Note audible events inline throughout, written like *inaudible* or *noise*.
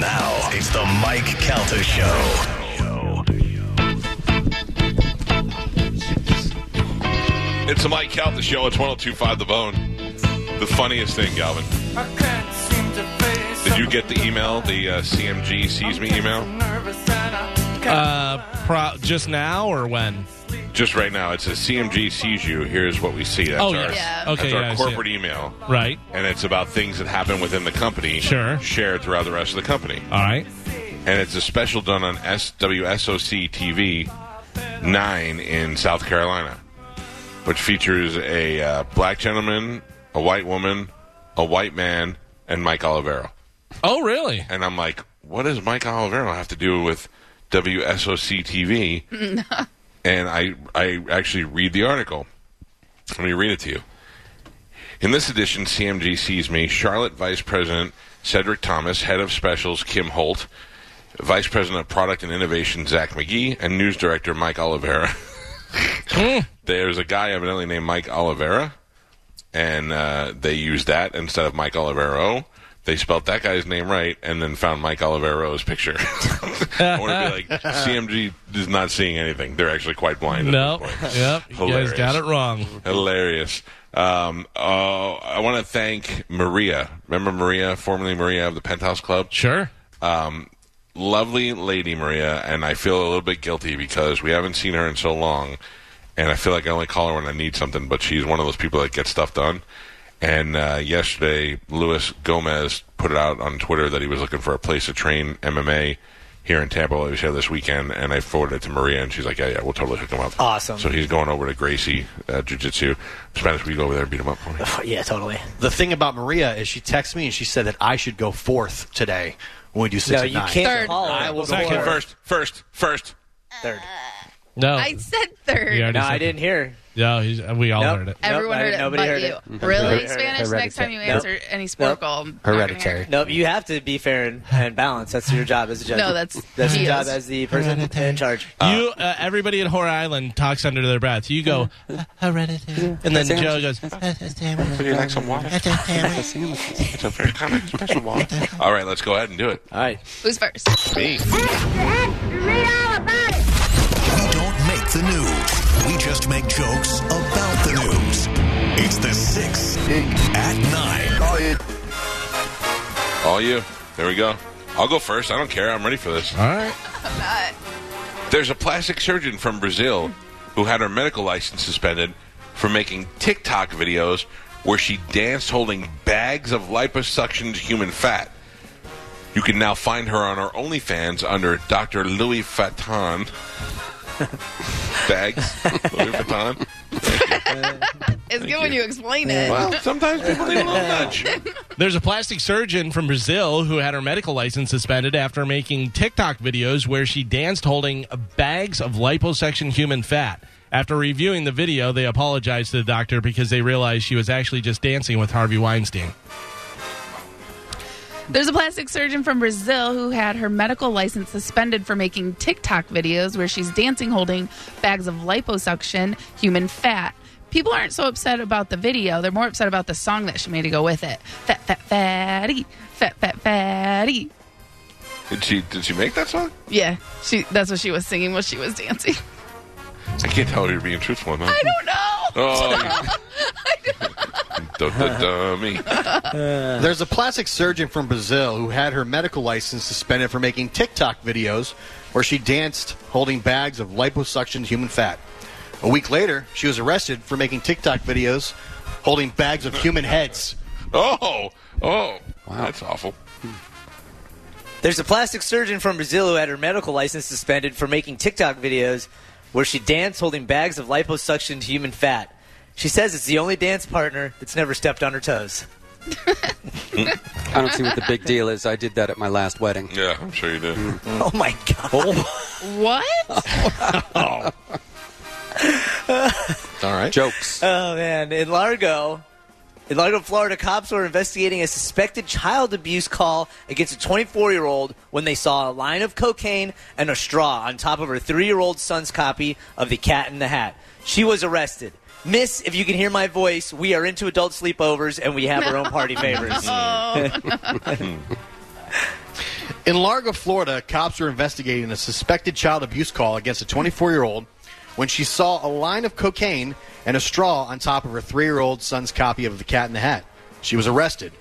It's the Mike Calta Show. It's the Mike Calta Show. It's 1025 The Bone. The funniest thing, Galvin. Did Did you get the email, the uh, CMG sees me email? Uh, pro- just now or when? Just right now, it says CMG sees you. Here's what we see. That's our, Oh, yes. Yeah. that's Okay, our yeah, I see it. corporate email. Right. And it's about things that happen within the company. Sure. Shared throughout the rest of the company. All right. And it's a special done on SWSOC TV 9 in South Carolina, which features a uh, black gentleman, a white woman, a white man, and Mike Olivero. Oh, really? And I'm like, what does Mike Olivero have to do with WSOC TV? and I, I actually read the article. Let me read it to you. In this edition, CMG sees me, Charlotte Vice President Cedric Thomas, Head of Specials Kim Holt, Vice President of Product and Innovation Zach McGee, and News Director Mike Oliveira. *laughs* Hmm. There's a guy evidently named Mike Oliveira, and uh, they used that instead of Mike Olivero. They spelt that guy's name right and then found Mike Olivero's picture. *laughs* I want to be like, *laughs* CMG is not seeing anything. They're actually quite blind. at No. this point. Yep. You guys Hilarious. got it wrong. Hilarious. Um, oh, I want to thank Maria. Remember Maria, formerly Maria of the Penthouse Club? Sure. Um, lovely lady, Maria, and I feel a little bit guilty because we haven't seen her in so long, and I feel like I only call her when I need something, but she's one of those people that gets stuff done. And uh, yesterday, Luis Gomez put it out on Twitter that he was looking for a place to train MMA here in Tampa while he was here this weekend, and I forwarded it to Maria, and she's like, yeah, yeah, we'll totally hook him up. Awesome. So he's going over to Gracie uh, Jiu Jitsu. Spanish, will you go over there and beat him up for me? Uh, Yeah, totally. The thing about Maria is she texted me and she said that I should go fourth today when we do six No, and you nine. can't Third. call it. I will go Second. fourth. First, first, first. Third. No. I said third. He already No, said- I didn't hear. No, he's, we all Nope. heard it. Nope, Everyone I- heard it nobody but heard you. it. Nobody Really? heard it. Spanish, next time you Nope. answer any Sporkle. I'm not gonna Hereditary. hear Nope, you have to be fair and, and balanced. That's your job as a it. judge. No, that's, that's he your job is. as the person in charge. you, uh, everybody at Horror Island talks under their breath. You go, "Uh, hereditary. And then Joe goes, "Uh, Would you like some water? hereditary." It's a very kind of special water. All right, let's go ahead and do it. All right. Who's first? Me. We don't make the news. We just make jokes about the news. It's the 6 at 9. All you. There we go. I'll go first. I don't care. I'm ready for this. all right. Uh, There's a plastic surgeon from Brazil who had her medical license suspended for making TikTok videos where she danced holding bags of liposuctioned human fat. You can now find her on her OnlyFans under Dr. Louis Fatton. bags. Louis Fatton. It's good when you explain it. Well, sometimes people need a little nudge. There's a plastic surgeon from Brazil who had her medical license suspended after making TikTok videos where she danced holding bags of liposuction human fat. After reviewing the video, they apologized to the doctor because they realized she was actually just dancing with Harvey Weinstein. There's a plastic surgeon from Brazil who had her medical license suspended for making TikTok videos where she's dancing holding bags of liposuction, human fat. People aren't so upset about the video, they're more upset about the song that she made to go with it. Fat, fat, fatty. Fat, fat, fatty. Did she, did she make that song? Yeah, she. that's what she was singing while she was dancing. I can't tell if you're being truthful or not. I don't know. Oh, *laughs* you- Duh, duh, dummy. There's a plastic surgeon from Brazil who had her medical license suspended for making TikTok videos where she danced holding bags of liposuctioned human fat. A week later, she was arrested for making TikTok videos holding bags of human heads. Oh, oh, that's awful. There's a plastic surgeon from Brazil who had her medical license suspended for making TikTok videos where she danced holding bags of liposuctioned human fat. She says it's the only dance partner that's never stepped on her toes. *laughs* I don't see what the big deal is. I did that at my last wedding. Yeah, I'm sure you did. Oh my god. What? All right. Jokes. Oh man, in Largo, in Largo, Florida, cops were investigating a suspected child abuse call against a 24-year-old when they saw a line of cocaine and a straw on top of her 3-year-old son's copy of The Cat in the Hat. She was arrested. Miss, if you can hear my voice, we are into adult sleepovers and we have our own party favors. In Largo, Florida, cops were investigating a suspected child abuse call against a 24 year old when she saw a line of cocaine and a straw on top of her three year old son's copy of The Cat in the Hat. She was arrested.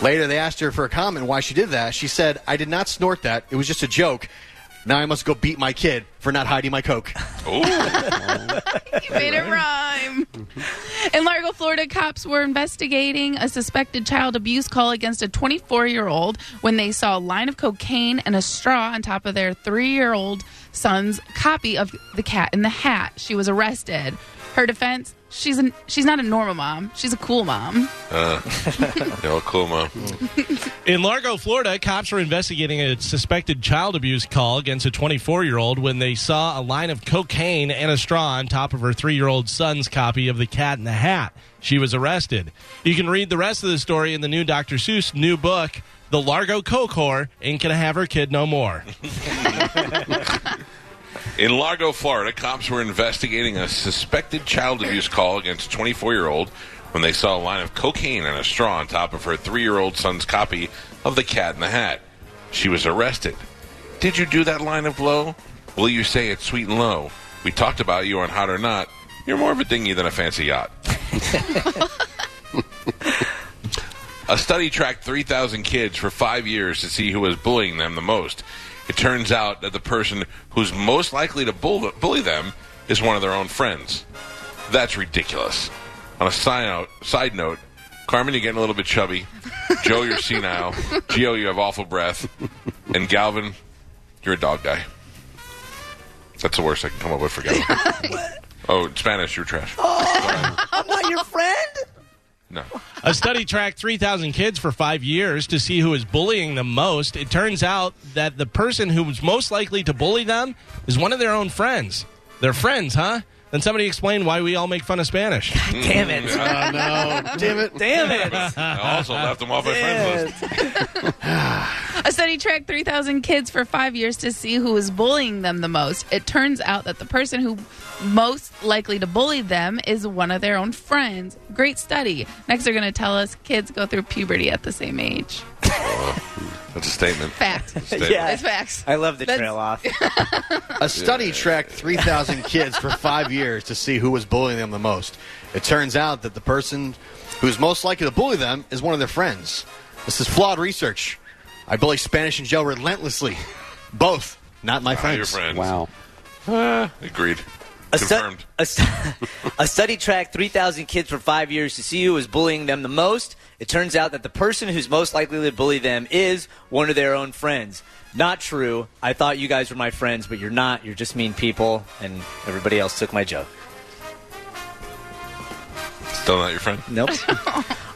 Later, they asked her for a comment why she did that. She said, I did not snort that. It was just a joke. Now I must go beat my kid for not hiding my coke. *laughs* Oh, *laughs* You made it rhyme. In Largo, Florida, cops were investigating a suspected child abuse call against a 24 year old when they saw a line of cocaine and a straw on top of their three year old son's copy of The Cat in the Hat. She was arrested. Her defense. She's an, she's not a normal mom. She's a cool mom. no, cool, mom. In Largo, Florida, cops were investigating a suspected child abuse call against a 24 year old when they saw a line of cocaine and a straw on top of her three year old son's copy of The Cat in the Hat. She was arrested. You can read the rest of the story in the new Dr. Seuss new book, The Largo Coke Whore Ain't Gonna Have Her Kid No More. In Largo, Florida, cops were investigating a suspected child abuse call against a 24 year old when they saw a line of cocaine and a straw on top of her three year old son's copy of The Cat in the Hat. She was arrested. Did you do that line of blow? Will you say it's sweet and low? We talked about you on Hot or Not. You're more of a dinghy than a fancy yacht. A study tracked 3,000 kids for five years to see who was bullying them the most. It turns out that the person who's most likely to bull- bully them is one of their own friends. That's ridiculous. On a side note, side note Carmen, you're getting a little bit chubby. Joe, you're senile. Geo, you have awful breath. And Galvin, you're a dog guy. That's the worst I can come up with for Galvin. *laughs* oh, in Spanish, you're trash. Oh, I'm not your friend. No. A study tracked 3,000 kids for five years to see who is bullying them most. It turns out that the person who was most likely to bully them is one of their own friends. Their friends, huh? Then somebody explain why we all make fun of Spanish. Damn it. Damn it. Damn it. I also left him off my friends list. A study tracked 3,000 kids for five years to see who was bullying them the most. It turns out that the person who most likely to bully them is one of their own friends. Great study. Next, they're going to tell us kids go through puberty at the same age. That's a statement. Fact. *laughs* Statement. Yeah. That's facts. I love the That's- trail off. A study tracked 3,000 kids for five years to see who was bullying them the most. It turns out that the person who's most likely to bully them is one of their friends. This is flawed research. I bully Spanish and Joe relentlessly. Both, not my Not your friends. friends. Uh, Wow. Agreed. A stu- Confirmed. a stu- *laughs* a study tracked 3,000 kids for five years to see who was bullying them the most. It turns out that the person who's most likely to bully them is one of their own friends. Not true. I thought you guys were my friends, but you're not. You're just mean people, and everybody else took my joke. Still not your friend. Nope.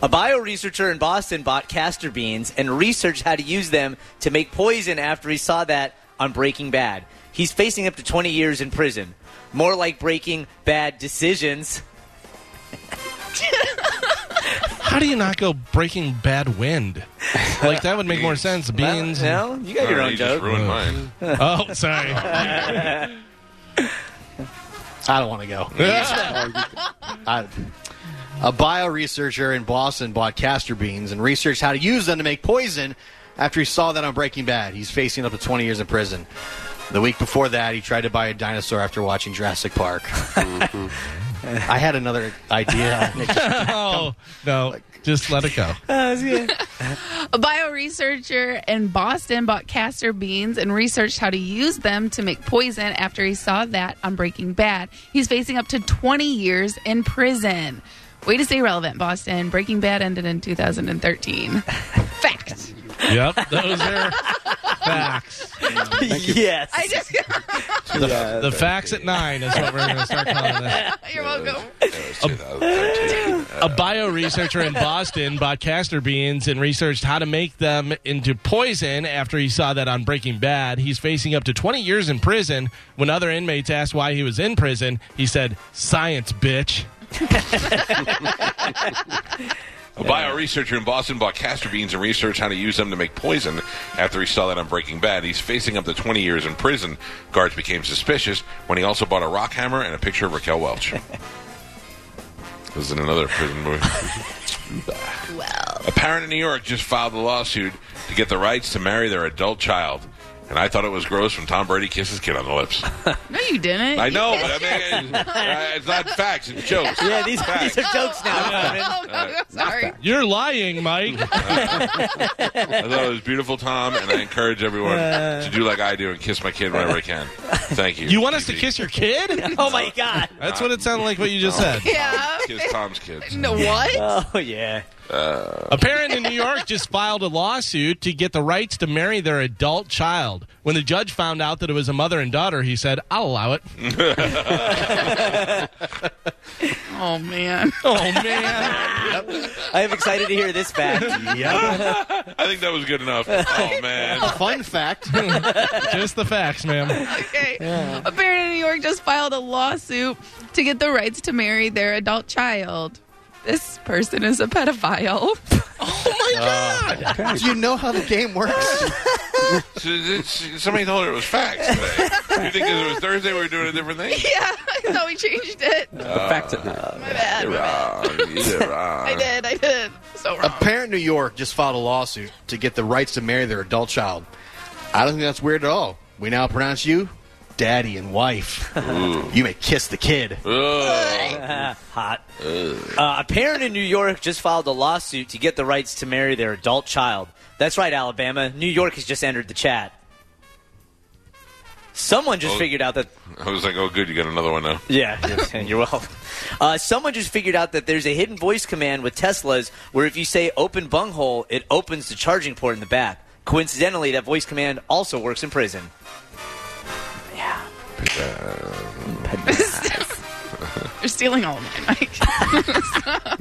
a bio researcher in Boston bought castor beans and researched how to use them to make poison after he saw that on Breaking Bad. He's facing up to 20 years in prison. More like breaking bad decisions. How do you not go breaking bad wind? Like, that would make more sense. Beans. and- Well, no, you got your Alright, own you just joke. ruined *laughs* mine. *laughs* Oh, sorry. I don't want to go. I- a bio researcher in Boston bought castor beans and researched how to use them to make poison after he saw that on Breaking Bad. He's facing up to 20 years in prison. The week before that, he tried to buy a dinosaur after watching Jurassic Park. *laughs* I had another idea. It just- Oh, no. Just let it go. A bio researcher in Boston bought castor beans and researched how to use them to make poison after he saw that on Breaking Bad. He's facing up to 20 years in prison. Way to stay relevant, Boston. Breaking Bad ended in 2013. Fact. Yep. Those are facts. *laughs* yes. I just, *laughs* The facts at nine is what we're going to start calling this. you're welcome. A bio researcher in Boston bought castor beans and researched how to make them into poison after he saw that on Breaking Bad. He's facing up to 20 years in prison. When other inmates asked why he was in prison, he said, Science, bitch. A bio researcher in Boston bought castor beans and researched how to use them to make poison after he saw that on Breaking Bad. He's facing up to 20 years in prison. Guards became suspicious when he also bought a rock *laughs* hammer and a picture of Raquel Welch. this is in another prison movie. Well, A parent in New York just filed a lawsuit to get the rights to marry their adult child. And I thought it was gross when Tom Brady kissed his kid on the lips. no, you didn't. I know, but I mean, it's, it's not facts, it's jokes. Yeah, these, Facts. these are jokes now. Carmen. *laughs* Oh, no, I'm sorry. You're lying, Mike. I thought it was beautiful, Tom, and I encourage everyone to do like I do and kiss my kid whenever I can. Thank you. You want us to TV. kiss your *laughs* kid? Oh my god. That's what it sounded like what you just said. *laughs* Yeah. Kiss Tom's kids. No, what? *laughs* *laughs* Oh yeah. A parent in New York just filed a lawsuit to get the rights to marry their adult child. When the judge found out that it was a mother and daughter, he said, I'll allow it. Oh man. Oh, man. I am excited to hear this *laughs* fact. I think that was good enough. Oh, man. Fun *laughs* fact. just the facts, ma'am. Okay. A parent in New York just filed a lawsuit to get the rights to marry their adult child. This person is a *laughs* pedophile. Oh Do you know how the game works? So, it's- Somebody told her it was facts today. You think because it was Thursday we were doing a different thing? *laughs* yeah, so we changed it. Uh, Facts at night. My bad. You're wrong. You're wrong. I did. I did. So A wrong. parent in New York just filed a lawsuit to get the rights to marry their adult child. I don't think that's weird at all. We now pronounce you daddy and wife. Mm. You may kiss the kid. Ugh. Hot. Uh, a parent in New York just filed a lawsuit to get the rights to marry their adult child. That's right, Alabama. New York has just entered the chat. Someone just Oh. figured out that I was like, oh, good, you got another one now. Yeah, *laughs* yes, you're welcome. Uh, someone just figured out that there's a hidden voice command with Teslas where if you say open bunghole, it opens the charging port in the back. Coincidentally, that voice command also works in prison. *laughs* *laughs* You're stealing all of mine, Mike.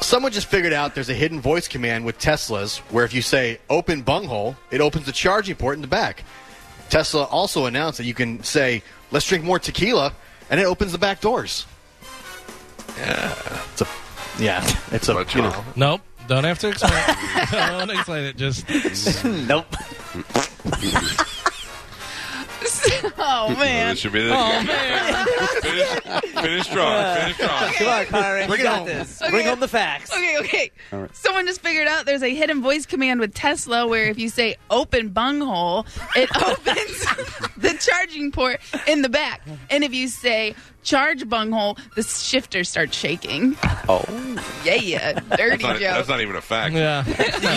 Someone just figured out there's a hidden voice command with Teslas where if you say open bunghole, it opens the charging port in the back. Tesla also announced that you can say, let's drink more tequila, and it opens the back doors. Yeah. It's a, yeah. It's a, But, you you know, Nope. Don't have to explain *laughs* it. *laughs* Don't explain it. Just Hmm, nope. oh man. this should be the oh, finish, finish strong. Finish strong. Come on, Kyron. Bring you it got home. this. Okay. Bring home the facts. Okay, okay. Someone just figured out there's a hidden voice command with Tesla where if you say open bunghole, it *laughs* opens the charging port in the back. And if you say charge bunghole, the shifter starts shaking. Oh. Yeah, yeah. Dirty That's not, joke. that's not even a fact. *laughs* yeah.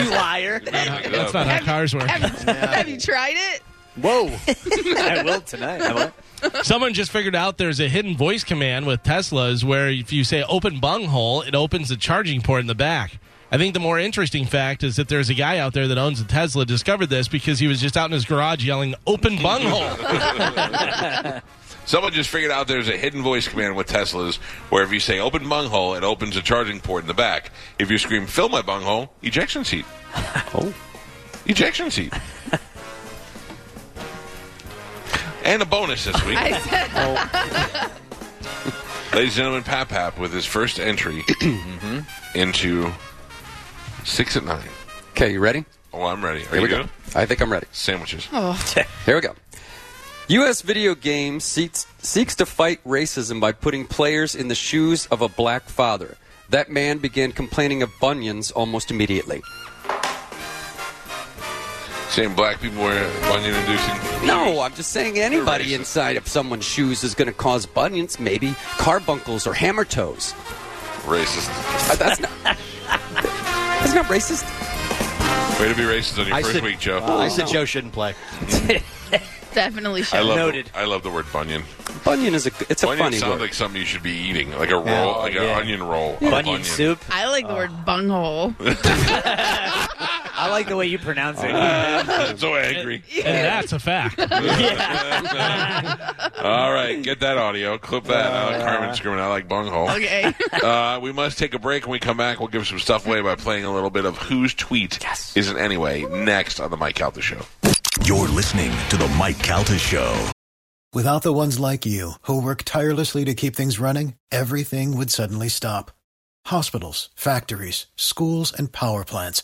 You liar. That's not how cars work. have, you, have you tried it? whoa. *laughs* I will tonight. I will. Someone just figured out there's a hidden voice command with Teslas where if you say open bunghole, it opens the charging port in the back. I think the more interesting fact is that there's a guy out there that owns a Tesla discovered this because he was just out in his garage yelling open *laughs* bunghole. Someone just figured out there's a hidden voice command with Teslas where if you say open bunghole, it opens a charging port in the back. If you scream fill my bunghole, ejection seat. Oh. Ejection seat. and a bonus this week. I said Ladies and gentlemen, Pap Pap with his first entry into six at nine. Okay, you ready? Oh, I'm ready. Are Here you we go. good? I think I'm ready. Sandwiches. Here we go. U.S. video games seeks, seeks to fight racism by putting players in the shoes of a black father. That man began complaining of bunions almost immediately. Saying black people were bunion inducing. No, I'm just saying anybody They're racist. inside of someone's shoes is going to cause bunions, maybe carbuncles or hammer toes. Racist. Uh, that's not. *laughs* That's not racist. Way to be racist on your I first said- week, Joe. I said Joe shouldn't play. definitely I should. love Noted. The, I love the word bunion. Bunion is a. It's a Bunion funny sounds word. like something you should be eating, like a roll, like yeah. an onion roll. of Bunion soup. I like the word bunghole. I like the way you pronounce it. I'm *laughs* so *laughs* angry. And that's a fact. All right, get that audio. Clip that. Uh. out. Carmen screaming, I like bunghole. *laughs* Okay. Uh, we must take a break. When we come back, we'll give some stuff away by playing a little bit of Whose Tweet Isn't Anyway next on the Mike Calta Show. You're listening to The Mike Calta Show. Without the ones like you, who work tirelessly to keep things running, everything would suddenly stop. Hospitals, factories, schools, and power plants,